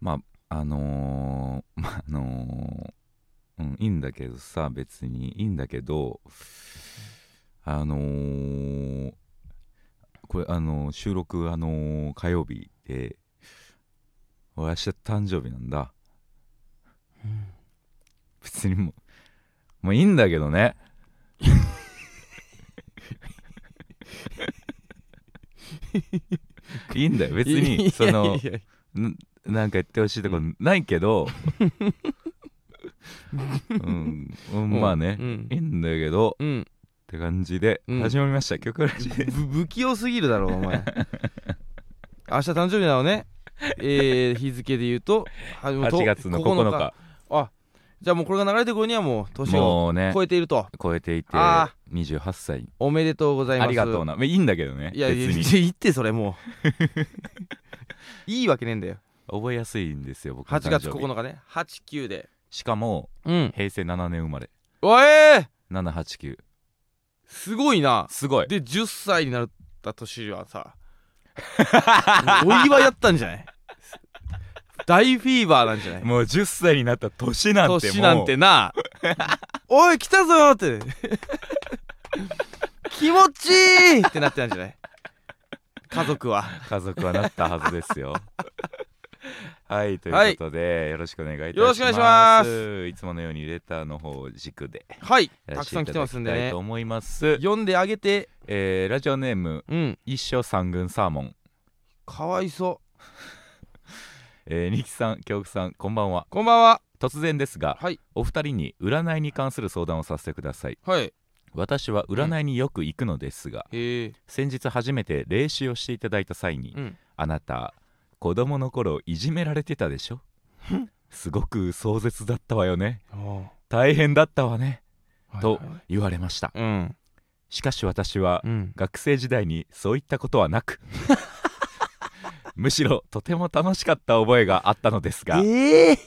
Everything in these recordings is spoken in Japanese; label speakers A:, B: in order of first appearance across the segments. A: まああのーまああのーうんいいんだけどさ別にいいんだけどあのーこれあのー収録あのー火曜日で俺明日誕生日なんだ
B: うん
A: 別にもうもういいんだけど ねいいんだよ別
B: いや
A: にその
B: いやいや
A: んなんか言ってほしいとこないけど、 うんうんまあね、
B: うん
A: いいんだけど
B: うん
A: って感じで
B: うん
A: 始まりました、曲ラジです
B: ぶ不器用すぎるだろお前明日誕生日なのねえー、日付で言うとはもうと
A: 8月の9日
B: あじゃあもうこれが流れてくるにはもう年を
A: もうね
B: 超えていると、
A: 超えていて
B: あ
A: 28歳
B: おめでとうございま
A: あ
B: す
A: りがとうないいんだけどね
B: いやいや
A: 別に
B: 言ってそれもう いいわけねえんだよ
A: 覚えやすいんですよ僕の誕生
B: 8月
A: 日
B: 9日ね89で
A: しかも
B: うん
A: 平成7年生まれ
B: おえー、
A: 789
B: すごいな
A: すごい
B: で10歳になった年はさもうお祝いだったんじゃない大フィーバーなんじゃない
A: もう10歳になった年なんてもう
B: 年なんてなおい来たぞって気持ちいいってなってたんじゃない家族は
A: 家族はなったはずですよはいということで、よろしくお願いいたします
B: よろしくお願いします
A: いつものようにレターの方を軸で
B: はい
A: や
B: た
A: ら
B: く
A: せて
B: さ
A: い
B: ん
A: だ
B: 来
A: き
B: てますんで
A: たい
B: ね
A: と思います、
B: 読んであげて
A: えーラジオネーム
B: うん
A: 一生三軍サーモン、
B: かわいそう
A: えー、二木さん京極さんこんばんは
B: こんばんは
A: 突然ですが
B: はい
A: お二人に占いに関する相談をさせてください
B: はい
A: 私は占いによく行くのですが、
B: へえ
A: 先日初めて霊視をしていただいた際に、
B: うん
A: あなた子供の頃いじめられてたでしょすごく壮絶だったわよね大変だったわねと言われました
B: うん
A: しかし私は
B: うん
A: 学生時代にそういったことはな くむしろとても楽しかった覚えがあったのですが
B: ええ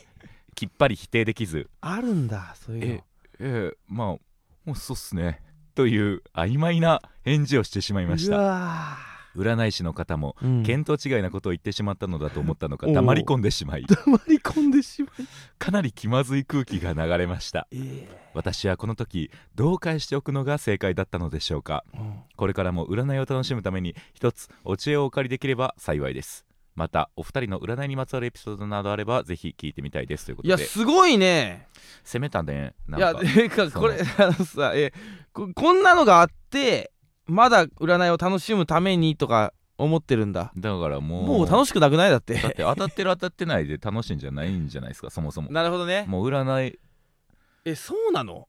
A: きっぱり否定できず
B: あるんだそういうの
A: 「ええまあもうそうっすね」という曖昧な返事をしてしまいまし
B: う
A: た
B: わ
A: 占い師の方も
B: ーうん
A: 見当違いなことを言ってしまったのだと思ったのか
B: おう
A: 黙り込んでしまい
B: 黙り込んでしまい
A: かなり気まずい空気が流れました
B: ええ
A: 私はこの時どう返しておくのが正解だったのでしょうか
B: うん
A: これからも占いを楽しむために一つお知恵をお借りできれば幸いですまたお二人の占いにまつわるエピソードなどあればぜひ聞いてみたいですというこ
B: い
A: と
B: や
A: です
B: ごいね
A: 攻めたねないん
B: や
A: か
B: てか
A: その
B: これあのさえここんなのがあってまだ占いを楽しむためにとか思ってるんだ
A: だからもう
B: もう楽しくなくないだって
A: だって当たってる当たってないで楽しいんじゃないんじゃないですかそもそも
B: なるほどね
A: もう占い
B: えそうなの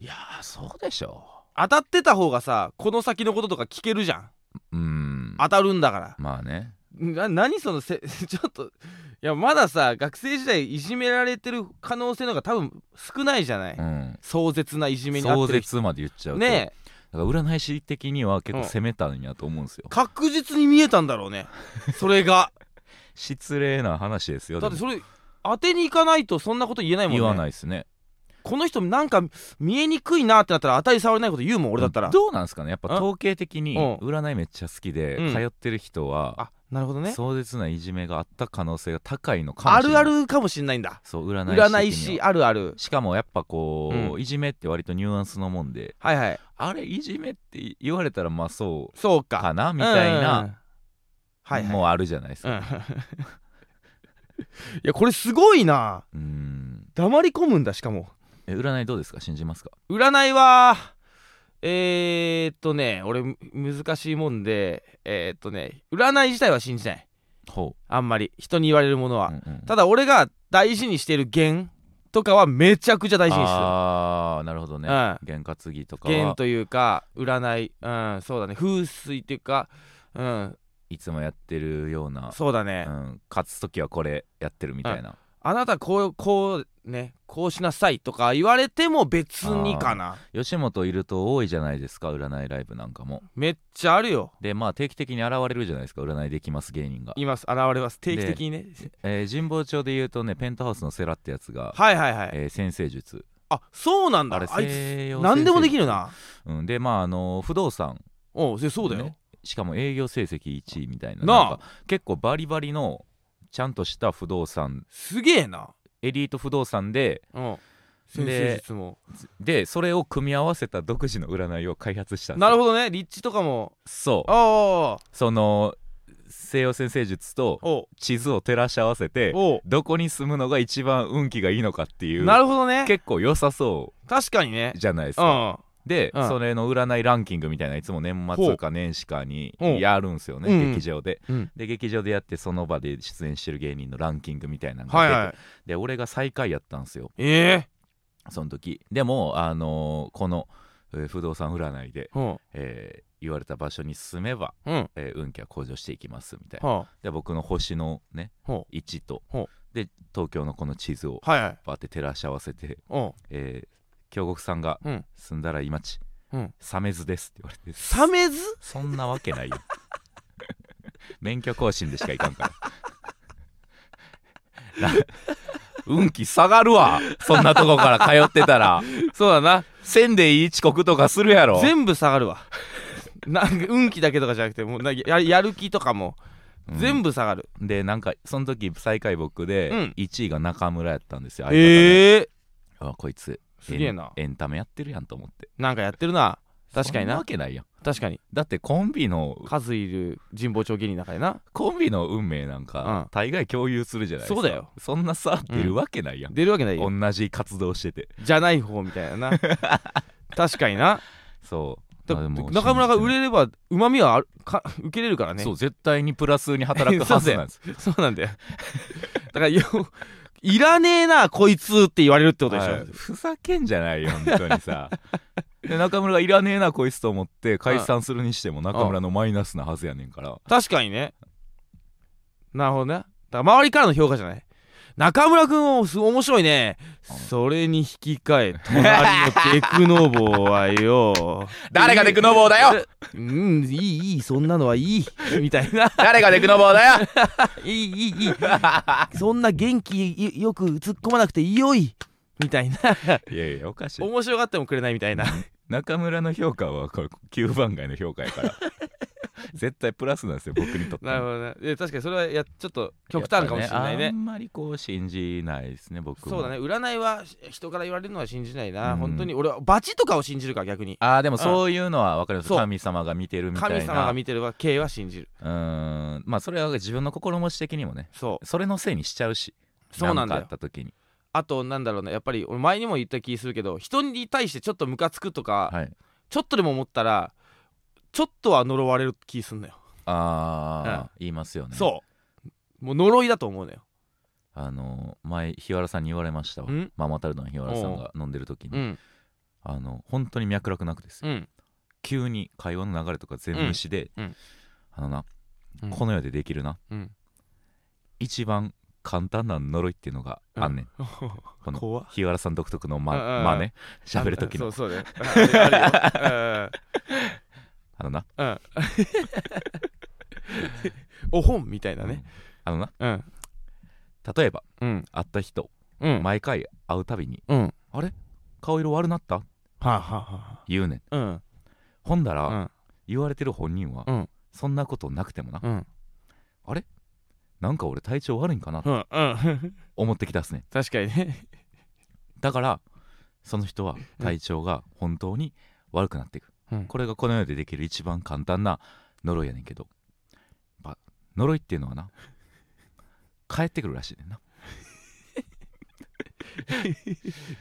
A: いやーそうでしょ
B: 当たってた方がさこの先のこととか聞けるじゃん
A: ううん
B: 当たるんだから
A: まあね
B: な何そのせ ちょっといやまださ学生時代いじめられてる可能性の方が多分少ないじゃない、
A: うん
B: 壮絶ないじめに遭
A: 壮
B: ってる人
A: 絶まで言っちゃうと
B: ねえ
A: だから占い師的には結構攻めたんやと思うんですよ、
B: 確実に見えたんだろう ねそれが
A: 失礼な話ですよ
B: だって
A: でも
B: それ当てに行かないとそんなこと言えないもんね
A: 言わないですね
B: この人なんか見えにくいなってなったら当たり障りないこと言うもん俺だったら
A: どうなんですかねやっぱ
B: あ
A: 統計的に
B: うん
A: 占いめっちゃ好きで
B: うん
A: 通ってる人は、
B: あなるほどね
A: 壮絶ないじめがあった可能性が高いのかも
B: あ
A: しれ
B: る
A: ない
B: あるかもしんないんだ
A: そう占い師的には
B: 占い師あるある
A: しかもやっぱこう、
B: う
A: いじめって割とニュアンスのもんで
B: はいはい
A: あれいじめって言われたらまあそう
B: そうか
A: かなみたい
B: うんうんう
A: なん
B: はいはい
A: もうあるじゃないです
B: うん
A: か
B: いやこれすごいな
A: うん
B: 黙り込むんだしかも
A: え占いどうですか信じますか
B: 占いはえー、っとね俺む難しいもんでえー、っとね占い自体は信じない
A: ほ
B: あんまり人に言われるもの
A: う、
B: は、
A: うんうん
B: ただ俺が大事にしてる弦とかはめちゃくちゃ大事にしてる
A: ああなるほどね、
B: うん
A: 験担ぎとかは
B: 弦というか占いうんそうだね風水っていうかうん
A: いつもやってるような、
B: そうだ
A: う
B: ね、
A: ん、勝つ時はこれやってるみたいな
B: あなたこうこうねこうしなさいとか言われても別にかな
A: 吉本いると多いじゃないですか占いライブなんかも
B: めっちゃあるよ
A: でまあ定期的に現れるじゃないですか占いできます芸人が、
B: います現れます定期的にね
A: えー神保町で言うとねペントハウスのセラってやつが、
B: はいはいはい、
A: えー先生術
B: あそうなん
A: あ
B: だあ
A: れ
B: いつ
A: 西洋先生
B: 何でもできるな
A: うん、でまああの不動産
B: おうそそうだよ、
A: ねしかも営業成績1位みたいな
B: なあ
A: んか結構バリバリのちゃんとした不動産
B: すげえな
A: エリート不動産で
B: うん先
A: で
B: 生術も
A: でそれを組み合わせた独自の占いを開発したんですよ
B: なるほどね立地とかも
A: そう
B: ああ
A: その西洋先生術と
B: おう
A: 地図を照らし合わせて
B: お
A: どこに住むのが一番運気がいいのかっていうう
B: なるほどね
A: 結構良さそ
B: 確かにね
A: うじゃないです
B: う
A: か、
B: ん
A: で、
B: うん
A: それの占いランキングみたいないつも年末か年始かに
B: ほう
A: やるんですよね、
B: うんうん
A: 劇場で、
B: うん
A: で劇場でやってその場で出演してる芸人のランキングみたいなのが
B: は
A: 出
B: い
A: て、
B: はい
A: で俺が最下位やったんですよ
B: ええ
A: その時でもあのーこの、えー不動産占いで、
B: うん
A: えー言われた場所に住めば、
B: うん
A: えー運気は向上していきますみたいな
B: は
A: で僕の星のね
B: あは
A: 位置と
B: ほ
A: で東京のこの地図を
B: あはいはい
A: バーって照らし合わせて、
B: おう
A: えー京極さんが
B: うん
A: 住んだらいい町、
B: うん
A: サメズですって言われて
B: サメズ
A: そんなわけ ないよ免許更新でしかいかんから な運気下がるわそんなとこから通ってたら
B: そうだな
A: せんでいい遅刻とかするやろ
B: 全部下が るわなんか運気だけとかじゃなくてもうなややる気とかも
A: うん
B: 全部下がる、
A: でなんかその時最下位僕
B: う
A: で
B: ん
A: 1位が中村やったんですよ、相方の
B: ええ
A: あこいつ
B: すげえな
A: エンエンタメやってるやんと思って
B: なんかやってるな確かに
A: そんな
B: な
A: わけないやん
B: 確かに
A: だってコンビの
B: 数いる神保町芸人の中でな
A: コンビの運命なんか
B: うん
A: 大概共有するじゃないですか
B: そうだよ
A: そんなさ出るわけないやん、
B: 出るわけないよ
A: 同じ活動してて
B: じゃない方みたい なな確かにな
A: そう
B: だ
A: まあでも
B: 中村が売
A: 信
B: れればうまみはあるか受けれるから
A: じてな
B: ね
A: いそう絶対にプラスに働 くはずなんです
B: そうなんだよ だからよいらねえなこいつって言われるってことでしょ、
A: はいふざけんじゃないよ本当にさ で中村がいらねえなこいつと思って解散するにしても中村のマイナスなはずやねんから
B: 確かにねなるほどねだから周りからの評価じゃない中村くんをす面白いね
A: うん
B: それに引き換え隣のデクノボーはよ
A: 誰がデクノボーだよ
B: うんいいいいそんなのはいいみたいな
A: 誰がデクノボーだよ
B: いいいいいいそんな元気よく突っ込まなくてよいみたい ない
A: やいやおかしい
B: 面白がってもくれないみたいな
A: 中村の評価はこれ9番街の評価やから 絶対プラスなんですよ僕にとっても
B: なるほどねいや確かにそれはやちょっと極端かもしれない
A: やっぱ
B: ね
A: あんまりこう信じないですね僕も
B: そうだね占いは人から言われるのは信じないな、
A: うん
B: 本当に俺はバチとかを信じるから逆に
A: ああでもそういうのは分かります、
B: そう
A: 神様が見てるみたいな
B: 神様が見てれば K は信じる
A: うーんまあそれは自分の心持ち的にもね
B: そう
A: それのせいにしちゃうし
B: そうなんだよ
A: かあった時に
B: あとなんだろうねやっぱり俺前にも言った気するけど人に対してちょっとムカつくとか、
A: はい
B: ちょっとでも思ったらちょっとは呪われる気すんのよ、
A: ああ、言いますよねう
B: そうもう呪いだと思うのよ
A: あの前日原さんに言われましたわ
B: ん
A: ママタルトの日原さんが飲んでる時に、
B: うん
A: あの本当に脈絡なくですよ、
B: うん
A: 急に会話の流れとか全部無視で、
B: うんうん
A: あのな、
B: うん
A: この世でできるな
B: うん
A: 一番簡単な呪いっていうのがあ んねん、この
B: 怖っ
A: 日原さん独特の間,、
B: うんうんうん
A: 間ね喋る時
B: そ
A: の
B: うそう だよああるよ
A: あのな
B: うんうんうん お本みたいなね
A: あのな
B: うん
A: 例えば
B: うん
A: 会った人、
B: うん
A: 毎回会うたびに
B: うんは
A: 「あれ顔色悪なった?
B: あはあは」
A: 言うねん
B: あうん
A: ほんだら、
B: うん
A: 言われてる本人は、
B: うん
A: そんなことなくてもな、
B: うん
A: なんか俺体調悪いんかなと
B: うんうん
A: 思ってきたっすね
B: 確かにね
A: だからその人は体調が本当に悪くなっていく、
B: うん
A: これがこの世でできる一番簡単な呪いやねんけどやっぱ呪いっていうのはな帰ってくるらしいねんな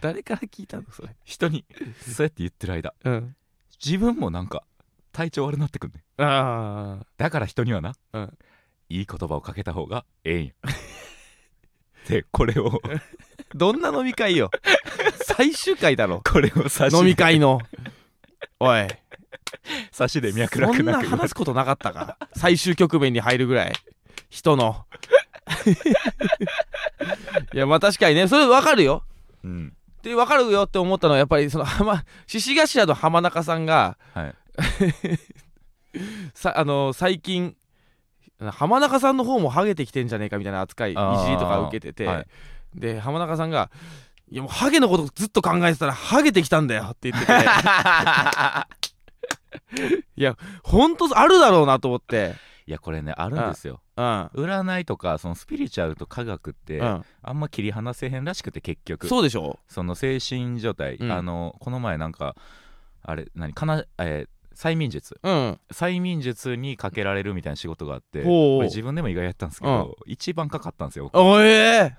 B: 誰から聞いたのそれ
A: 人にそうやって言ってる間
B: うん
A: 自分もなんか体調悪なってくんねん
B: ああ
A: だから人にはな、
B: うん
A: いい言葉をかけた方がええんやでこれを
B: どんな飲み会よ 最終回だろ
A: これを差し
B: 飲み
A: で
B: 会のおい
A: 差しで脈
B: そ
A: 絡
B: ん
A: な
B: な
A: く言わ
B: 話すことなかったか最終局面に入るぐらい人 のいやまあ確かにねそれ分かるよ
A: うん
B: で分かるよって思ったのはやっぱりその浜獅子頭の浜中さんが
A: はい
B: さあの最近浜中さんの方もハゲてきてんじゃねえかみたいな扱いいじり
A: あー
B: とか受けてて、
A: はい
B: で浜中さんが「いやもうハゲのことずっと考えてたらハゲてきたんだよ」って言ってていやほんとあるだろうなと思って
A: いやこれねあるんですよ
B: うん
A: 占いとかそのスピリチュアルと科学って
B: う
A: あ
B: ん
A: んま切り離せへんらしくて結局
B: そうでしょ
A: その精神状態、
B: うん
A: あのこの前なんかあれ何かな、えー催眠術
B: うん
A: 催眠術にかけられるみたいな仕事があって
B: ほう
A: 俺自分でも意外やったんですけど、一番かかったんですよ
B: おえー、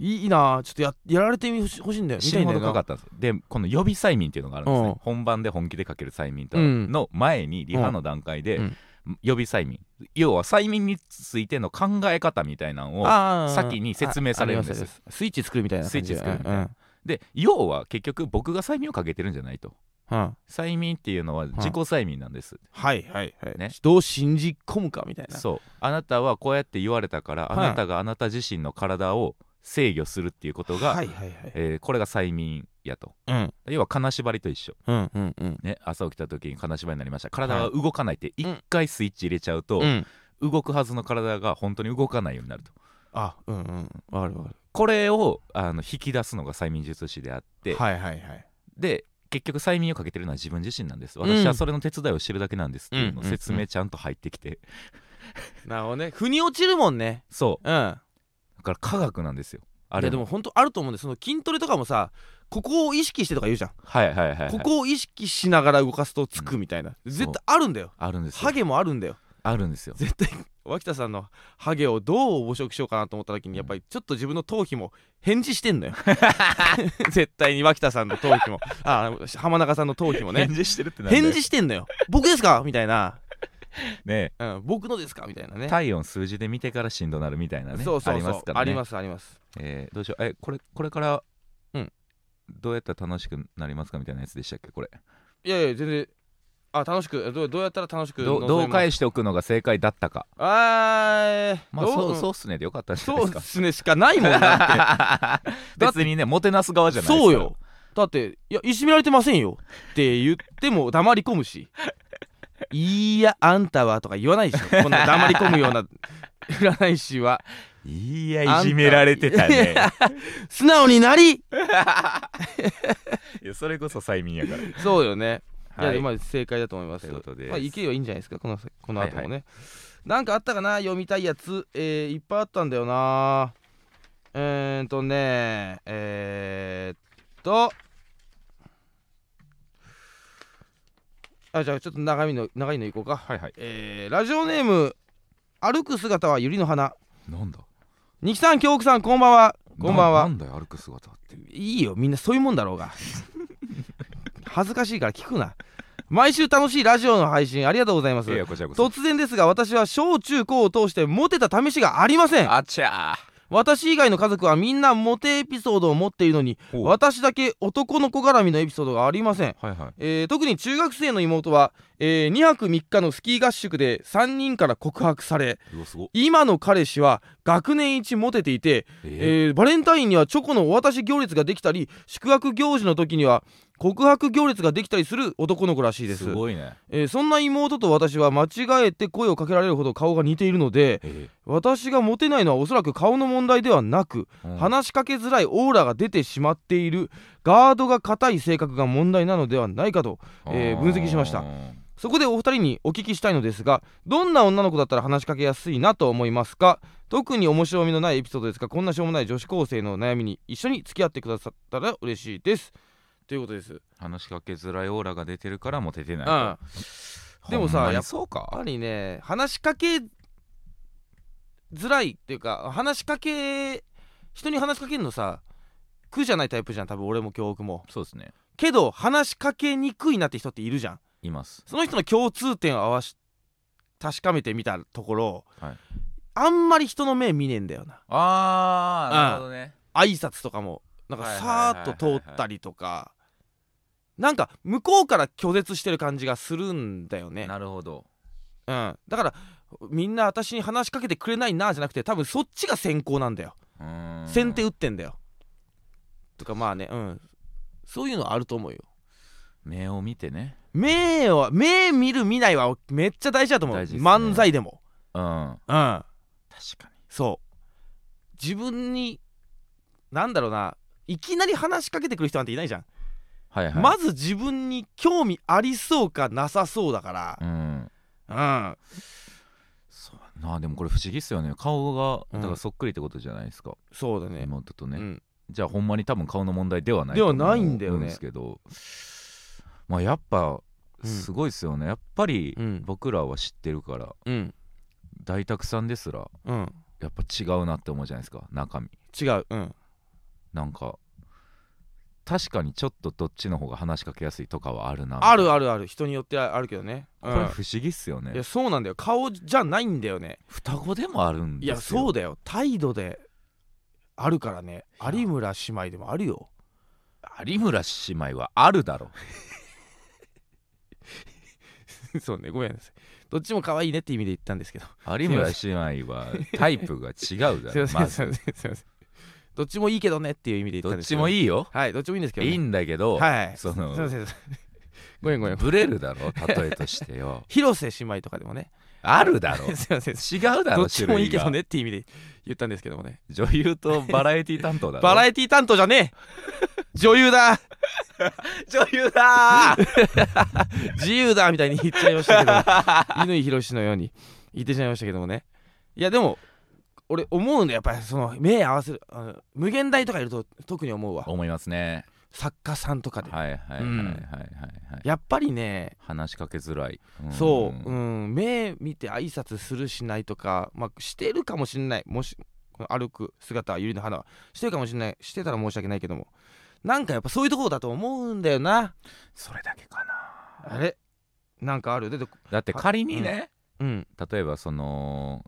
B: いいいいなちょっとややられてほしほしいんだよ見
A: 死
B: たい
A: ぬ
B: んだ
A: ほ
B: よ
A: ど
B: な
A: かかったんですでこの予備催眠っていうのがあるんですね、
B: うん
A: 本番で本気でかける催眠と
B: うん
A: の前にリハの段階で、
B: うん
A: 予備催眠要は催眠についての考え方みたいなのを
B: あー
A: 先に説明されるんです
B: あありますスイッチ作るみたいな感じ
A: スイッチ作るみたい
B: うん
A: なで要は結局僕が催眠をかけてるんじゃないと
B: うんうん
A: 催眠っていうのは自己催眠なんです、
B: はいはいはい、
A: ね
B: どう信じ込むかみたいな
A: そうあなたはこうやって言われたから、
B: はい
A: あなたがあなた自身の体を制御するっていうことが、
B: はいはいはい
A: えーこれが催眠やと
B: うん
A: 要は金縛りと一緒
B: うんうんうん
A: ね朝起きた時に金縛りになりました体が動かないって一回スイッチ入れちゃうと、
B: うん
A: 動くはずの体が本当に動かないようになると
B: あうんうんわかるわか
A: これをあの引き出すのが催眠術師であって、
B: るはいはいはい
A: で結局催眠をかけてるのは自分自身なんです
B: ん
A: 私はそれの手伝いをしてるだけなんですっていうのを
B: うん
A: 説
B: うんう
A: 明ちゃんと入ってきて、
B: なるほどね腑に落ちるもんね
A: そう
B: うん
A: だから科学なんですよあ
B: い
A: れ
B: やでも本当あると思うんでその筋トレとかもさここを意識してとか言うじゃん、
A: はいはいはい、はい、
B: ここを意識しながら動かすとつくみたいな、
A: ん
B: 絶対あるんだよ
A: あるんですよ
B: ハゲもあるんだよ
A: あるんですよ
B: 絶対脇田さんのハゲをどう汚職しようかなと思った時にやっぱりちょっと自分の頭皮も返事して んのよ絶対に脇田さんの頭皮もあ浜中さんの頭皮もね
A: 返事してるってなんだよ
B: 返事してんのよ僕ですかみたいな、
A: ね
B: うん、僕のですかみたいなね
A: 体温数字で見てからしんどなるみたいなね
B: そうそうそう
A: ありますからね
B: ありますあります
A: えーどうしようえこれこれから、
B: うん
A: どうやったら楽しくなりますかみたいなやつでしたっけこれ
B: いやいや全然あ楽しくどうどうやったら楽しく
A: どう
B: 臨め
A: ど
B: ます
A: う返しておくのが正解だったか
B: あー
A: まあ
B: ど
A: そうそううっすねでよかったんじゃない
B: そ
A: です
B: う
A: か
B: っすねしかない もんだっだって
A: 別にねもてなす側じ
B: て
A: ゃないですか
B: そうよだって「いやいじめられてませんよ」って言っても黙り込むし「いやあんたは」とか言わないでしょ こんな黙り込むような 占い師はい
A: やいじめられてたね
B: 素直になり
A: いやそれこそ催眠やから
B: そうよね、い、
A: は
B: や
A: い
B: でもまあ正解だと思います
A: ということです
B: まあ、いけばいいんじゃないですかこのこの後も
A: は
B: ね、
A: いは
B: なんかあったかな読みたいやつ、えーいっぱいあったんだよなうーんとねえー、っとあじゃあちょっと長いの長いのいこうか、
A: はいはい
B: えーラジオネーム歩く姿はゆりの花
A: なんだ
B: 二木さん京子さんこんばんはこんばん
A: な
B: は
A: んだよ歩く姿って
B: いいよみんなそういうもんだろうが恥ずかしいから聞くな毎週楽しいラジオの配信ありがとうございます
A: いやいやこちらこそ
B: 突然ですが私は小中高を通してモテた試しがありません
A: あちゃ
B: 私以外の家族はみんなモテエピソードを持っているのに
A: ーほう
B: 私だけ男の子絡みのエピソードがありません
A: はいはい
B: えー特に中学生の妹は、え2泊3日のスキー合宿で3人から告白され
A: うわすご
B: 今の彼氏は学年一モテていて
A: え
B: えーバレンタインにはチョコのお渡し行列ができたり宿泊行事の時には告白行列ができたりする男の子らしい
A: ー
B: です
A: すごいね
B: えーそんな妹と私は間違えて声をかけられるほど顔が似ているので
A: え
B: 私がモテないのはおそらく顔の問題ではなく
A: ーうん
B: 話しかけづらいオーラが出てしまっているガードが硬い性格が問題なのではないかとえー分析しました
A: あー
B: そこでお二人にお聞きしたいのですがどんな女の子だったら話しかけやすいなと思いますか特に面白みのないエピソードですがこんなしょうもない女子高生の悩みに一緒に付き合ってくださったら嬉しいですということですやっ
A: 話しかけづらいオーラが出てるからモテてない
B: あ
A: と
B: でもさ
A: ほんまに
B: やっぱ
A: そうか
B: ぱりね話しかけづらいっていうか話しかけ人に話しかけるのさ苦じゃないタイプじゃん多分俺も教育も
A: そうですね
B: けど話しかけにくいなって人っているじゃん
A: います
B: その人の共通点を合わし確かめてみたところ、
A: はい
B: あんまり人の目見ねえんだよな
A: あ
B: ーなるほ
A: どね
B: 挨拶とかもなんか
A: はいはいはい
B: さ
A: はいは
B: ー
A: い
B: っと通ったりとかなんか向こうから拒絶してる感じがするんだよね、
A: なるほど
B: うん、だからみんな私に話しかけてくれないなじゃなくて多分そっちが先行なんだよ
A: うーん
B: 先手打ってんだよとかまあねうんそういうのあると思うよ
A: 目を見てね
B: 目は目見る見ないはめっちゃ大事だと思う、
A: 大事ですね
B: 漫才でも
A: うん
B: うん
A: 確かに
B: そう自分になんだろうないきなり話しかけてくる人なんていないじゃん、
A: はいはい
B: まず自分に興味ありそうかなさそうだか
A: うん
B: ら
A: そうなあでもこれ不思議っすよね顔が
B: うん
A: だからそっくりってことじゃないですか、
B: そうだね
A: 妹と
B: う
A: ね、
B: ん
A: じゃあほんまに多分顔の問題ではない
B: ではないんだ
A: と思う
B: よね
A: んですけどまあやっぱ
B: うん
A: すごいっすよね、やっぱり
B: うん
A: 僕らは知ってるから
B: うん
A: 大沢さんですら
B: うん
A: やっぱ違うなって思うじゃないですか中身
B: 違ううん
A: なんか確かにちょっとどっちの方が話しかけやすいとかはあるな
B: ある
A: あ
B: あるある人によってあるけどね、う
A: こ
B: ん、
A: れ不思議っすよね、
B: いやそうなんだよ顔じゃないんだよね
A: 双子でもあるん
B: い
A: ですよ
B: やそう
A: う
B: だよ態度であるからね
A: や
B: 有村姉妹でもあるよ
A: 有村姉妹はあるだろ
B: そうねごめんなさいどっちも可愛いねって意味で言ったんですけど
A: 有村姉妹はタイプが違うだ
B: すい
A: ろ
B: ませ
A: ま
B: ん
A: ず
B: すいませんすいませんどっちもいいけどねっていう意味で言っ
A: ど
B: たん
A: っ
B: です
A: ちも
B: い
A: いいよ
B: はいどっちもいいんですけど、
A: い
B: ね、
A: いんだけど、
B: はい
A: その
B: すいませんすいませんごめんごめん
A: ブレるだろ例えとして よ
B: 広瀬姉妹とかでもね
A: あるだろ
B: すいません
A: 違うだ
B: ど
A: ろ
B: っちもいいけ
A: 種類
B: ど
A: が
B: ねっていう意味で言ったんですけどもね
A: 女優とバラエティ担当だろ
B: バラエティ担当じゃ ねえ女優だ
A: 女優だー
B: 自由だみたいに言っちゃいましたけど乾博士のように言ってしまいましたけどもねいやでも俺思うんだやっぱりその目合わせるあの無限大とかいると特に思うわ
A: 思いますね
B: 作家さんとかで
A: はいはいはいはいはいはい
B: やっぱりね
A: 話しかけづらい、ん
B: そう、うん、目見て挨拶するしないとか、まあ、してるかもしれないもしこの歩く姿はゆりの花はしてるかもしれないしてたら申し訳ないけどもなんかやっぱそういうところだと思うんだよな
A: それだけかな
B: あれなんかあるでで
A: だって仮にね、
B: うん
A: 例えばその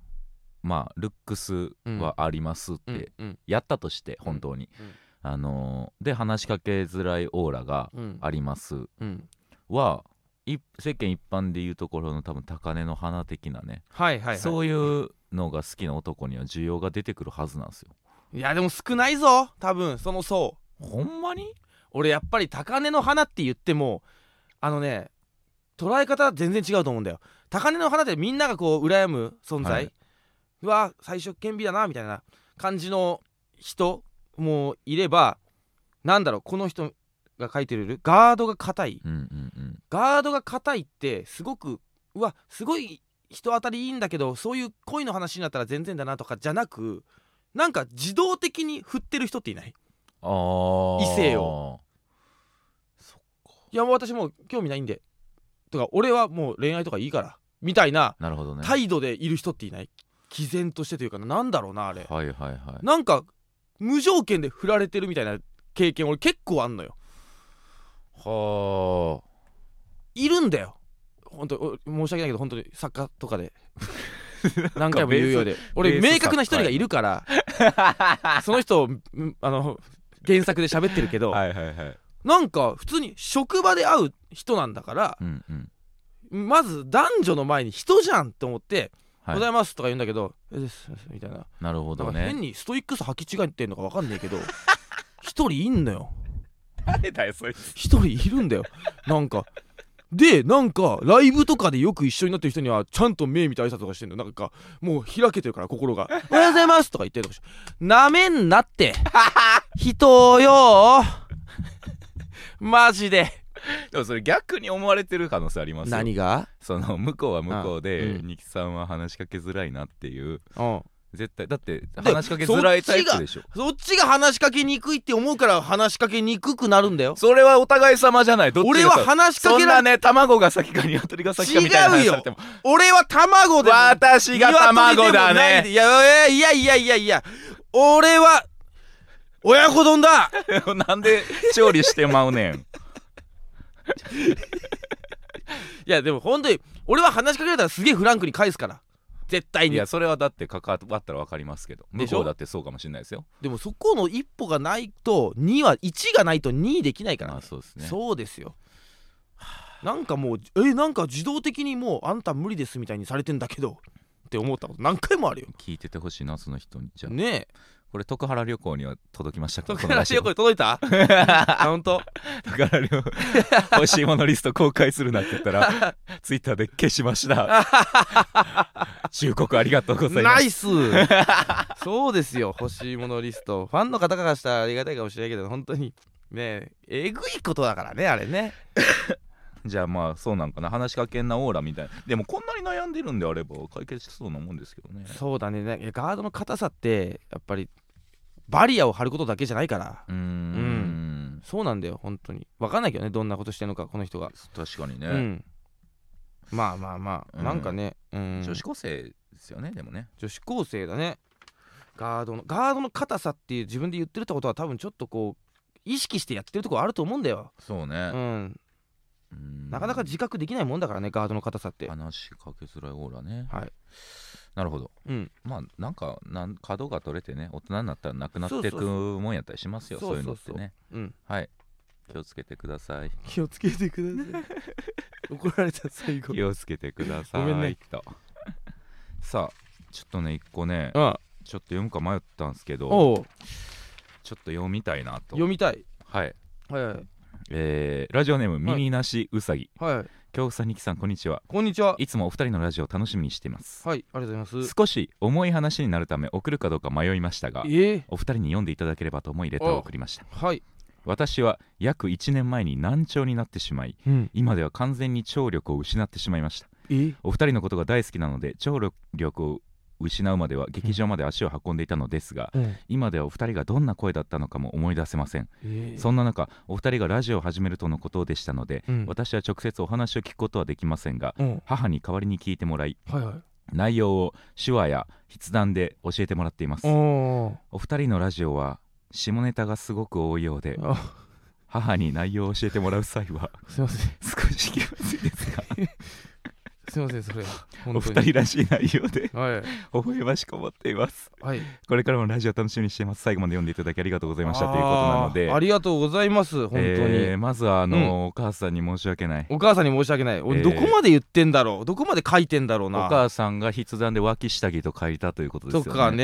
A: まあルックスはありますっ
B: うん
A: て
B: うん
A: やったとして本当に、
B: うんうん
A: あのーで話しかけづらいオーラが
B: うん
A: あります
B: うん
A: は一世間一般でいうところの多分高嶺の花的なね、
B: はいはいはい
A: そういうのが好きな男には需要が出てくるはずなんですよ
B: いやでも少ないぞ多分その層
A: ほんまに
B: 俺やっぱり高嶺の花って言ってもあのね捉え方全然違うと思うんだよ高嶺の花ってみんながこう羨む存在、
A: はいう
B: わ最初顕微だなみたいな感じの人もいればなんだろうこの人が書いてるガードが硬い
A: うんうんうん
B: ガードが硬いってすごくうわすごい人当たりいいんだけどそういう恋の話になったら全然だなとかじゃなくなんか自動的に振ってる人っていない
A: あー
B: 異性を
A: そっか
B: いやもう私もう興味ないんでとか俺はもう恋愛とかいいからみたいな
A: なるほどね
B: 態度でいる人っていない毅然としてというかなんだろうなあれ
A: はいはいはい
B: なんか無条件で振られてるみたいな経験俺結構あんのよ
A: はい
B: るんだよ本当お申し訳ないけど本当に作家と かで何回も言うようで俺
A: ベース
B: 明確な一人がいるから その人をんあの原作で喋ってるけ
A: あ
B: ど、
A: はいはいはい
B: なんか普通に職場で会う人なんだから
A: うんうん
B: まず男女の前に人じゃんって思って「
A: はい
B: ございます」とか言うんだけど「えです」みたいな
A: なるほ
B: な
A: ど
B: んか
A: ね
B: 変にストイックさ履き違えてんのか分かんない けど一人いんのよ
A: 誰だよそいつ
B: 一人いるんだよなんかでなんかライブとかでよく一緒になってる人にはちゃんと目見て挨拶とかしてんのなんかもう開けてるから心が「おはようございます」とか言ってるとかしてなめんなって人をよマジで
A: でもそれ逆に思われてる可能性ありますよ
B: 何が
A: その向こうは向こう
B: あ
A: で
B: うん
A: 二木さんは話しかけづらいなっていう
B: うん
A: 絶対だって話しかけづらいタイプでしょ
B: そっちが話しかけにくいって思うから話しかけにくくなるんだよ
A: それはお互い様じゃないどっちが
B: 俺は話しか
A: そ
B: け
A: ん
B: ら
A: な
B: れ
A: ね卵が先か鶏が先かみたいな話
B: 違うよ
A: されても
B: 俺は卵でも
A: 私が卵だ
B: 鶏でもない
A: ね
B: いやいやいやいやいや俺は親子丼だ
A: なんで調理してまうねん
B: いやでも本当に俺は話しかけられたらすげえフランクに返すから絶 対
A: い
B: に
A: やそれはだって関わったら分かりますけど
B: で
A: 向
B: しょ
A: こうだってそうかもしれないですよ
B: でもそこの一歩がないと2は1がないと2できないから
A: あそうですね
B: そうですよなんかもうえなんか自動的にもうあんた無理ですみたいにされてんだけどって思ったこと何回もあるよ
A: 聞いててほしいなその人にじゃあ
B: ねえ
A: これ徳原旅行には届きましたか
B: 徳原塩
A: この
B: これ届い た本当
A: ラジオ徳原 旅行欲しいものリスト公開するなって言った らツイッターで消しました 忠告ありがとうございま
B: ナ
A: す
B: イスそうですよ欲しいものリストファンの方からしたらありがたいかもしれないけど本当にねええぐいことだからねあれね
A: じゃあまあそうなんかな話しかけんなオーラみたいなでもこんなに悩んでるんであれば解決しそうなもんですけどね
B: そうだねなんかガードの硬さってやっぱりバリアを張ることだけじゃないから
A: うーん
B: そうなんだよ本当に分かんないけどねどんなことしてるのかこの人が、
A: 確かにね、
B: うんまあまあまあ、
A: うん
B: なんかね、うん、
A: 女子高生ですよねでもね
B: 女子高生だねガードのガードの硬さっていう自分で言ってるってことは多分ちょっとこう意識してやってるとこあると思うんだよ、
A: そう
B: う
A: ね、
B: ん、
A: うん
B: なかなか自覚できないもんだからねガードの硬さって、
A: 話しかけづらいオーラね
B: はい
A: なるほど
B: うん、
A: まあなんかなん角が取れてね大人になったらなくなってい
B: そ
A: く
B: うそう
A: もんやったりしますよ
B: そ
A: そうう
B: そ
A: いうう
B: そ
A: のっ
B: う
A: てね
B: うん、
A: はい気をつけてくださ い
B: 気をつけてください怒られた最後
A: 気をつけてください
B: ごめんね
A: と さあちょっとね一個ね
B: うん
A: ちょっと読むか迷ったんですけど
B: おう
A: ちょっと読みたいなと
B: 読みたい
A: はい
B: はいはい
A: えーラジオネームミニなしうさぎ
B: はいはい
A: 京夫さんにきさんこんにちは
B: こんにちははい
A: いつもお二人のラジオ楽しみにしています
B: ありがとうございます
A: 少し重い話になるため送るかどうか迷いましたが
B: えー、
A: お二人に読んでいただければと思いレターを送りました
B: はい、
A: 私は約1年前に難聴になってしまい
B: うん、
A: 今では完全に聴力を失ってしまいました
B: え
A: お二人のことが大好きなので聴力を失うまでは劇場まで足を運んでいたのですが
B: うん
A: 今ではお二人がどんな声だったのかも思い出せません
B: え
A: そんな中お二人がラジオを始めるとのことでしたので
B: うん
A: 私は直接お話を聞くことはできませんが
B: うん
A: 母に代わりに聞いてもらい
B: はいはい
A: 内容を手話や筆談で教えてもらっています
B: おー
A: お二人のラジオは下ネタがすごく多いようで
B: あ
A: 母に内容を教えてもらう際は
B: すいません
A: 少し気まずいですが
B: すいませんそれは
A: お
B: 本当に
A: 二人らしい内容で
B: はい
A: 微笑ましく思っています
B: はい
A: これからもラジオ楽しみにしています最後まで読んでいただきありがとうございましたということなので
B: あーありがとうございます本当に、
A: えーまずはあのーお母さんに申し訳ない
B: お母さんに申し訳ない俺
A: えー
B: どこまで言ってんだろう、どこまで書いてんだろう
A: お
B: な
A: 母さんが筆談で脇下着と書いたということですよ
B: と
A: ね
B: かね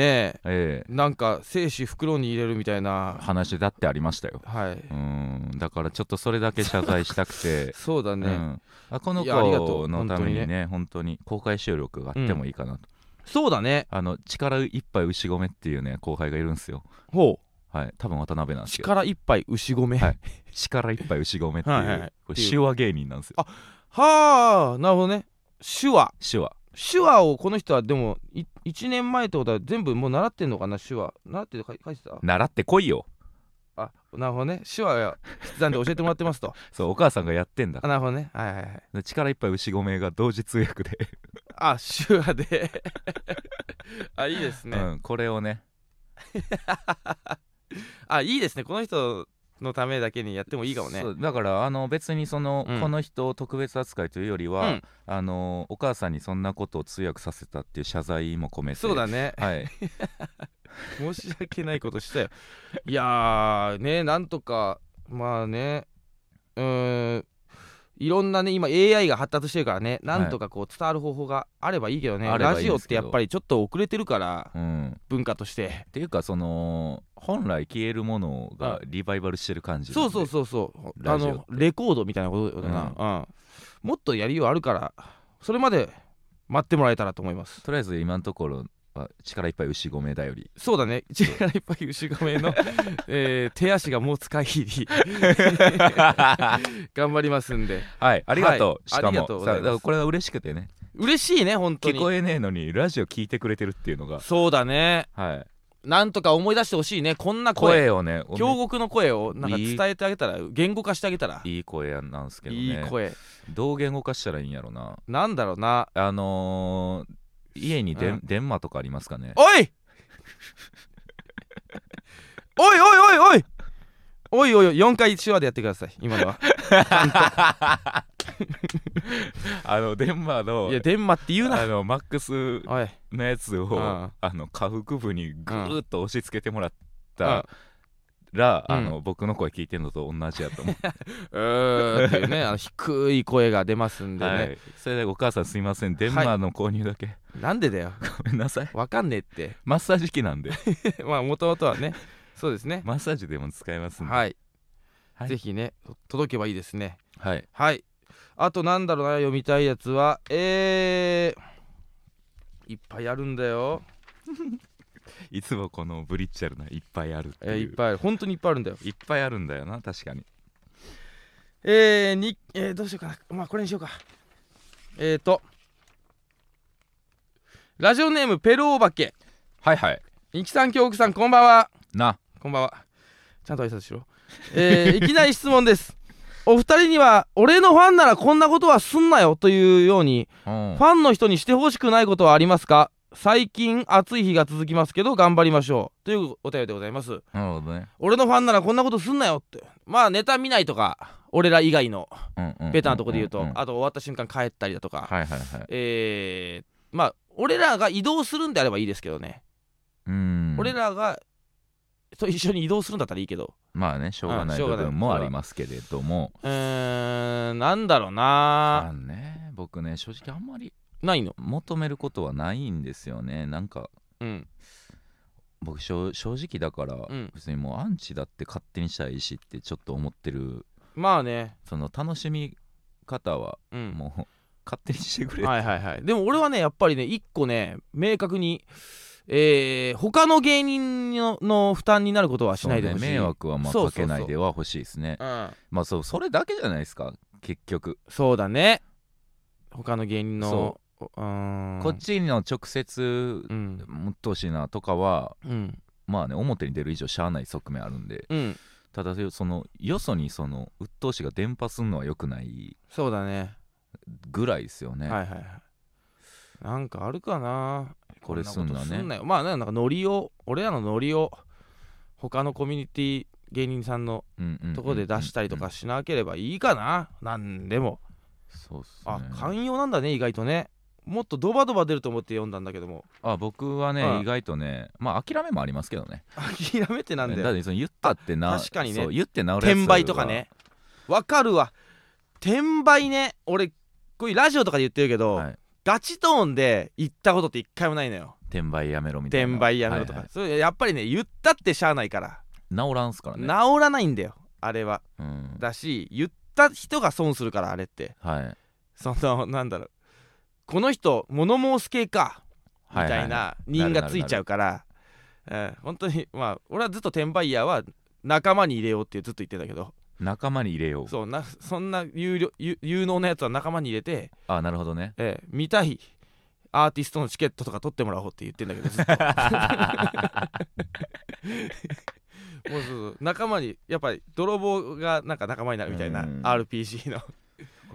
A: ええ
B: なんか精子袋に入れるみたいな
A: 話だってありましたよ
B: はいう
A: ーんだからちょっとそれだけ謝罪したくて
B: そうだ ね、
A: うん、あこの
B: いやありがと
A: 子
B: う
A: のためにね
B: 本当に
A: 本当に公開収録があってもいいかなと、
B: そうだね
A: あの力いっぱい牛込っていうね後輩がいるんですよ
B: ほう
A: はい多分渡辺なんですけど
B: 力いっぱい牛米
A: は
B: はい
A: 力いっぱい牛込っていう
B: はいはいはい
A: これ手話芸人なんですよ
B: ああなるほどね手話
A: 手話
B: 手話をこの人はでもい1年前ってことは全部もう習ってんのかな手話習ってる書い書いてた
A: 習ってこいよ
B: あなるほどね手話や筆談で教えてもらってま すと
A: そうお母さんがやってんだ
B: あなるほどねはいはいはい
A: で力いっぱい牛込が同時通訳で、
B: あ手話で あいいですね、
A: うん、これをね
B: あいいですねこの人のためだけにやってもいいかもね
A: そうだからあの別にその、
B: うん
A: この人を特別扱いというよりは、
B: うん
A: あのお母さんにそんなことを通訳させたっていう謝罪も込めて
B: そうだね
A: はい
B: 申し訳ないことしたよいやーねなんとかまあねうーんいろんなね今 AI が発達してるからねなんとかこう伝わる方法があればいいけどね、
A: あればいい
B: ラ
A: んです
B: ジ
A: けど
B: オってやっぱりちょっと遅れてるから
A: うん
B: 文化として
A: っていうかその本来消えるものがリバイバルしてる感じ
B: そうそう
A: う
B: そうそうあ
A: ラジオって
B: のレコードみたいなことだな、うんもっとやりようあるからそれまで待ってもらえたらと思います
A: とりあえず今のところは力いっぱい牛込だよ り
B: そうだね力いっぱい牛亀 の、えー手足がもう使い切り頑張りますんで
A: はいありがとう、
B: はい
A: しか
B: ありが
A: も
B: とうござ
A: さ
B: い
A: だ
B: ます
A: からこれは嬉しくてね
B: 嬉しいね本当
A: 聞
B: に
A: こえねえのにラジオ聞いてくれてるっていうのが
B: そうだね
A: はい
B: なんとか思い出してほしいねこんな声
A: 声をね
B: 京極の声をなんか伝えてあげたら言語化してあげたらい
A: いい声やんなんですけどね
B: い声
A: どう言語化したらいいんやろな
B: なんだろうな
A: あのー、家にで、
B: うん
A: ん、電話とかありますかね
B: おい おいおいおいおいおいおいおい4回手話でやってください 今のは
A: あの電話の
B: いや電話って言うな
A: あのマックス
B: おい
A: のやつを、
B: うん
A: あの下腹部にぐーっと押し付けてもらったら、
B: うん
A: あの僕の声聞いてるのと同じやと思う、
B: うーっていうねあの低い声が出ますんでね、
A: はい、それでお母さんすいませんデンマーの購入だけ、
B: なんでだよ
A: ごめんなさい
B: わかんねえって
A: マッサージ機なんで
B: まあもともとはねそうですね
A: マッサージでも使えますんではい、
B: はい、
A: はい
B: ぜひね届けばいいですねはいあとなんだろうな読みたいやつはえー、いっぱいあるんだよ、
A: いつもこのブリッジャルないっぱいあるっていう、
B: えーいっぱいある本当にいっぱいあるんだよ
A: いっぱいあるんだよな確かに
B: えー、にえーどうしようかなまあこれにしようかえっ、ー、とラジオネームペルお化け
A: はいはい
B: いきさん京極さんこんばんは
A: な
B: こんばんはちゃんと挨拶しろ えー、いきなり質問ですお二人には俺のファンならこんなことはすんなよというように
A: うん
B: ファンの人にしてほしくないことはありますか最近暑い日が続きますけど頑張りましょうというお便りでございます
A: なるほどね
B: 俺のファンならこんなことすんなよってまあネタ見ないとか俺ら以外の
A: うんうん
B: ベタなとこで言うと、
A: んんん
B: あと終わった瞬間帰ったりだとか、
A: はいはいはい
B: えー、まあ俺らが移動するんであればいいですけどね、
A: うん
B: 俺らがと一緒に移動するんだったらいいけど
A: まあねしょうがない
B: うんしょう
A: 部
B: がない
A: 分もありますけれども
B: うーんなんだろう
A: フ
B: な
A: ァンね僕ね正直あんまり
B: ないの
A: 求めることはないんですよねなんか
B: うん
A: 僕正正直だから、
B: ん
A: 別にもうアンチだって勝手にしたらいいしってちょっと思ってる
B: まあね
A: その楽しみ方は
B: うん
A: もう、勝手にしてくれ、
B: はいはいはいでも俺はねやっぱりね一個ね明確にえー、他の芸人のの負担になることはし
A: そう
B: な
A: ね
B: いでほしい、
A: 迷惑はまあ
B: そう
A: か
B: そうそう
A: けないでは欲しいですね
B: うん
A: まあそうそれだけじゃないですか結局、
B: そうだね他の芸人の
A: そう
B: ーん
A: こっちの直接
B: うん
A: もっとほしいなとかは
B: うん
A: まあね表に出る以上しゃあない側面あるんで
B: うん
A: ただそのよそにその鬱陶しが伝播するのは良くない
B: そうだね
A: ぐらいですよね、
B: はいはいはいなんかあるかな
A: これすん
B: こ
A: な
B: と
A: ね
B: よまあなんかノリを俺らのノリを他のコミュニティ芸人さんの
A: うんうんうん
B: ところで出したりとかしなければいいかな、なんでも
A: そうっすね
B: あ寛容なんだね意外とねもっとドバドバ出ると思って読んだんだけども
A: あ僕はね、
B: うん
A: 意外とねまあ諦めもありますけどね
B: 諦めてなんだ
A: だっ
B: よ
A: てその言ったってな
B: あ確かにね
A: そう言って治るやつが
B: 転売とかねわかるわ転売ね俺こういうラジオとかで言ってるけど、
A: はい
B: ガチトーンで言ったことって一回もないのよ
A: 転売やめろみたいな
B: 転売やめろと
A: は
B: か、
A: いはい
B: それやっぱりね言ったってしゃあないから
A: 治らんすから
B: 治
A: ね
B: らないんだよあれは
A: うん
B: だし言った人が損するからあれって
A: はい
B: そのなんだろうこの人物申す系かみ
A: はい
B: た
A: はいいは
B: な人がついちゃうから、うん本当にまあ俺はずっと転売ヤーは仲間に入れようってずっと言ってたけど
A: い仲間に入れよう
B: そうなそんな有料有有能なやつは仲間に入れて、
A: あなるほど ね
B: ええ見たいアーティストのチケットとか取ってもらおうって言ってんだけどず っともうそうそう仲間にやっぱり泥棒がなんか仲間になるみたいな
A: うん
B: RPG の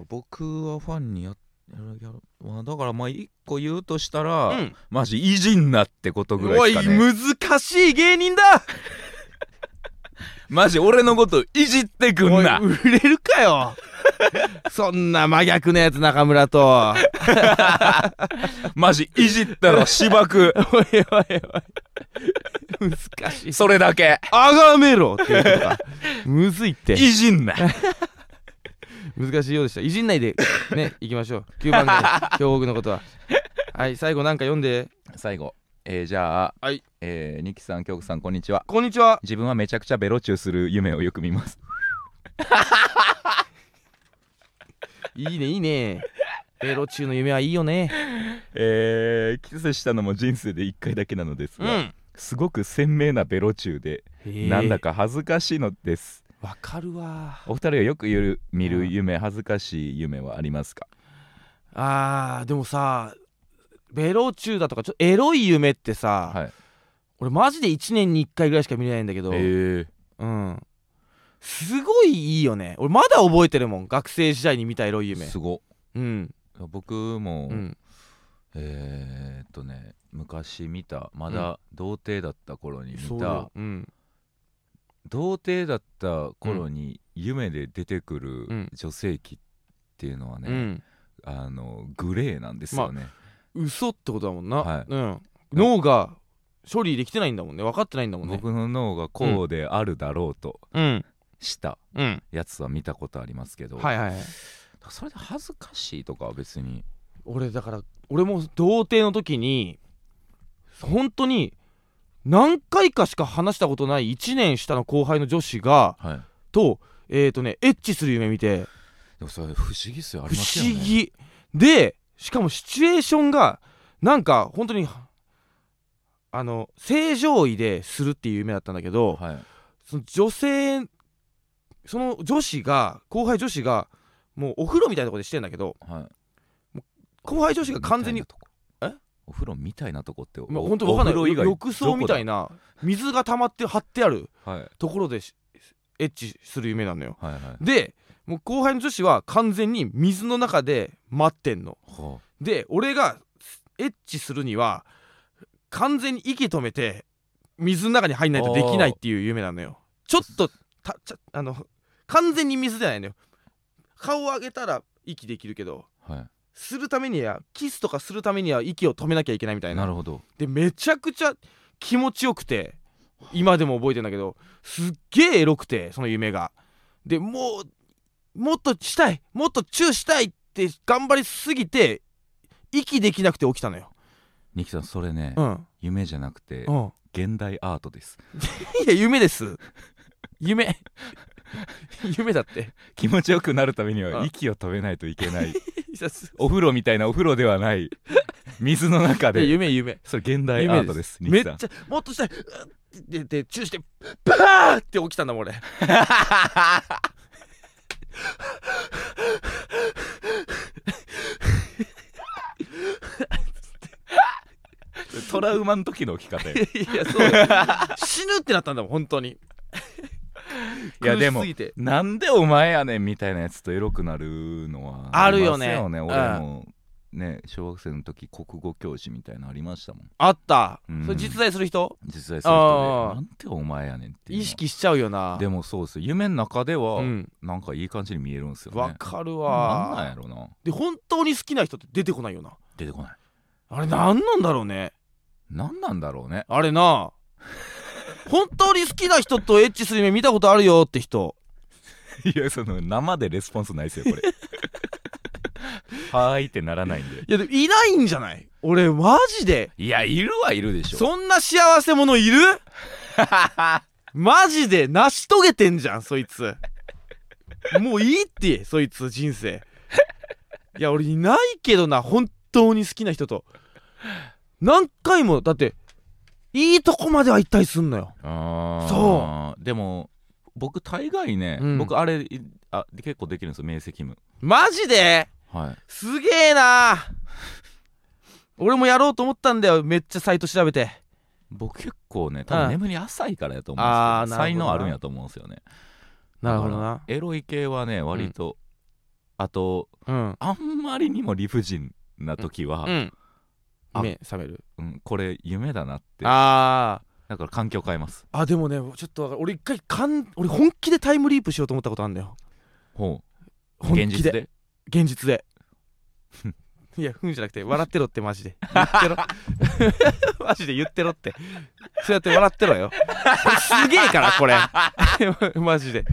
A: 僕はファンにややるやるまあだからまあ一個言うとしたら、
B: うん
A: マジ偉人なってことぐら
B: お
A: い
B: い
A: しかね
B: 難しい芸人だ
A: マジ俺のこといじってくんな
B: おい売れるかよそんな真逆なやつ中村と
A: マジいじったら芝 く
B: おいおいおい難しい
A: それだけ
B: あがめろっていうことかむずいって
A: いじんな
B: 難しいようでしたいじんないでね行きましょう9番 目京極のことははい最後なんか読んで
A: 最後えー、じゃあ、
B: はい
A: えー、ニキさんキョウコさんこんにちは
B: こんにちは
A: 自分はめちゃくちゃベロチューする夢をよく見ます
B: いいねいいねベロ中の夢はいいよね
A: えー、キスしたのも人生で1回だけなのです
B: う
A: が、
B: ん
A: すごく鮮明なベロチューで、なんだか恥ずかしいのです
B: へえわかるわ
A: お二人がよくゆる見る夢恥ずかしい夢はありますか
B: あーでもさベロ中だとかちょっとエロい夢ってさ、
A: はい
B: 俺マジで1年に1回ぐらいしか見れないんだけど、
A: え
B: うんすごいいいよね俺まだ覚えてるもん学生時代に見たエロい夢
A: すご
B: うん
A: 僕も、
B: うん
A: えー、っとね昔見たまだ童貞だった頃に見
B: そう
A: た、
B: ようん
A: 童貞だった頃に夢で出てく
B: う
A: る
B: ん
A: 女性器っていうのはね、
B: うん
A: あのグレーなんですよね、
B: 嘘ってことだもんな、
A: はい
B: うん、脳が処理できてないんだもんね分かってないんだもんね
A: 僕の脳がこうであるだろうと
B: うん
A: した
B: うん
A: やつは見たことありますけど、
B: はいはいはい
A: それで恥ずかしいとかは別に
B: 俺だから俺も童貞の時に本当に何回かしか話したことない1年下の後輩の女子が
A: はい
B: とえっ、とねエッチする夢見て
A: でもそれ不思議っすよあ
B: 不
A: ります
B: 思
A: よね
B: 議でしかもシチュエーションがなんか本当にあの正常位でするっていう夢だったんだけど、
A: はい
B: その女性その女子が後輩女子がもうお風呂みたいなとこでしてんだけど
A: はい、
B: 後輩女子が完全に
A: みたいなとこお風呂みたいなとこって、
B: まあ、
A: お
B: 本当わかんない
A: お風呂以外
B: 浴槽みたい
A: な、
B: な水が溜まって張ってある
A: はい、はい
B: ところでしエッチする夢なのよ
A: はい
B: でもう後輩の女子は完全に水の中で待ってんの
A: は
B: で俺がエッチするには完全に息止めて水の中に入んないとできないっていう夢なのよちょっとたちゃあの完全に水じゃないのよ顔を上げたら息できるけど
A: あは
B: するためにはキスとかするためには息を止めなきゃいけないみたい
A: い、
B: な
A: なるほど
B: でめちゃくちゃ気持ちよくて今でも覚えてんだけどすっげえエロくてその夢がでもうもっとしたいもっとチューしたいって頑張りすぎて息できなくて起きたのよ
A: ニキさんそれね、
B: うん
A: 夢じゃなくて、
B: うん
A: 現代アートです
B: いや夢です夢 夢だって
A: 気持ちよくなるためには
B: うん
A: 息を止めないといけない
B: いやす
A: お風呂みたいなお風呂ではない 水の中
B: いや
A: で
B: 夢夢
A: それ現代ア
B: 夢
A: ートですニ
B: め
A: キ
B: っち
A: さん
B: ゃもっとしたいうんってででチューしてバーって起きたんだもん俺
A: トラウマの時の起き方 よ
B: いやそうだよ死ぬってなったんだもん本当に
A: いやでも
B: 苦しすぎて
A: なんでお前やねんみたいなやつとエロくなるのは
B: あるよね
A: ありますよね
B: うん
A: 俺もね小学生の時国語教師みたいなのありましたもん
B: あった、
A: うん
B: それ実在する人
A: 実際そういう
B: あー
A: 人でなんでお前やねんっていうのは
B: 意識しちゃうよな
A: でもそうですよ夢の中では、
B: うん
A: なんかいい感じに見えるんですよね
B: わかる
A: なんなん
B: わ
A: やろな
B: で本当に好きな人って出てこないよな
A: 出てこない
B: あれなんなんだろうね
A: なんなんだろうね
B: あれな本当に好きな人とエッチする夢見たことあるよって人
A: いやその生でレスポンスないですよこれ はーいってならないんで
B: いやでもいないんじゃない俺マジで
A: いやいるはいるでしょ
B: そんな幸せ者い るマジで成し遂げてんじゃんそいつもういいってそいつ人生いや俺いないけどな本当に好きな人と何回もだっていいとこまでは行ったりすんのよ
A: あそうでも僕大概ね、
B: うん
A: 僕あれいあ結構できるんですよ明晰夢
B: マジで
A: はい
B: すげえな俺もやろうと思ったんだよめっちゃサイト調べて
A: 僕結構ね多分
B: うん
A: 眠り浅いからやと思うん
B: あー
A: です
B: な
A: よ
B: るほど
A: 才
B: な
A: 能あるんやと思うんですよね
B: なるほどな
A: エロい系はね割と、あと
B: うん
A: あんまりにも理不尽な時は、う
B: うんん
A: あ
B: 目覚める
A: これ夢だなってだ
B: ああ
A: から環境変えます
B: あでもねちょっとわかる俺一回かん俺本気でタイムリープしようと思ったことあるんだよ
A: ほう
B: 本
A: 現
B: 気
A: 実
B: で
A: で
B: 現実でいやふんじゃなくて笑ってろってマジで言ってろ マジで言ってろってそうやって笑ってろよこれすげえからこれ マジで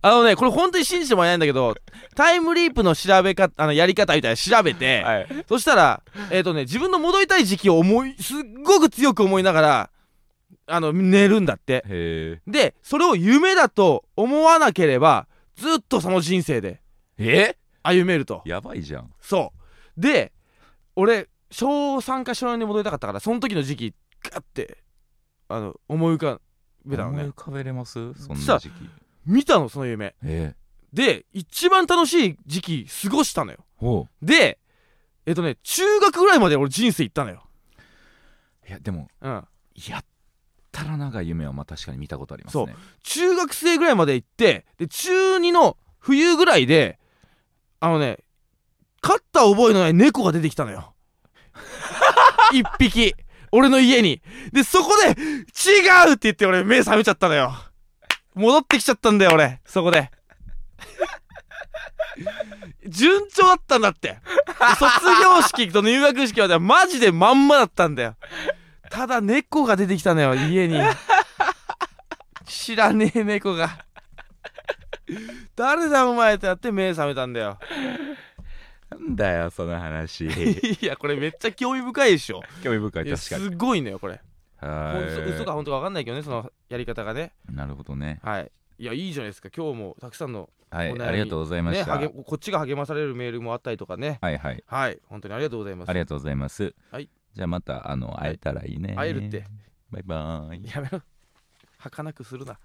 B: あのねこれ本当に信じてもらえないんだけどタイムリープの調べ方あのやり方みたいなの調べて、
A: はい
B: そしたら、えっ、とね、自分の戻りたい時期を思い、すっごく強く思いながら、あの、寝るんだって。
A: へ
B: で、それを夢だと思わなければ、ずっとその人生で
A: ええ
B: 歩めると。
A: やばいじゃん
B: そう。で、俺、小3か小4に戻りたかったから、その時の時期、ガッて、あの、思い浮かべたの
A: 思い
B: ね
A: 浮。かべれますそん
B: さあ
A: な時期
B: 見たの、その夢。
A: ええ
B: で、一番楽しい時期、過ごしたのよ。
A: ほう
B: で、えっ、とね、中学ぐらいまで俺人生行ったのよ。
A: いやでも
B: うん。
A: やったら長い夢はまあ確かに見たことありますね
B: 中学生ぐらいまで行ってで中2の冬ぐらいであのね飼った覚えのない猫が出てきたのよ一匹俺の家にでそこで「違う!」って言って俺目覚めちゃったのよ戻ってきちゃったんだよ俺そこで順調だったんだって卒業式と入学式まではマジでまんまだったんだよただ猫が出てきたのよ家に知らねえ猫が誰だお前ってなって目覚めたん だよ
A: なんだよその 話
B: いやこれめっちゃ興味深いでしょ
A: 興味深い
B: いや
A: 確かに
B: すごいのよこれ
A: は
B: もう
A: ーい
B: 嘘嘘か本当か分かんないけどねそのやり方がね
A: なるほどね
B: はいいやいいじゃないですか今日もたくさんの
A: はい
B: お悩み
A: ありがとうございま
B: ね
A: した、
B: 励こっちが励まされるメールもあったりとかね
A: はいはい
B: はい本当にありがとうございます
A: ありがとうございます、
B: はい
A: じゃあまたあの
B: い
A: 会えたらいいね、
B: 会えるって
A: バイバーイ
B: やめろ儚くするな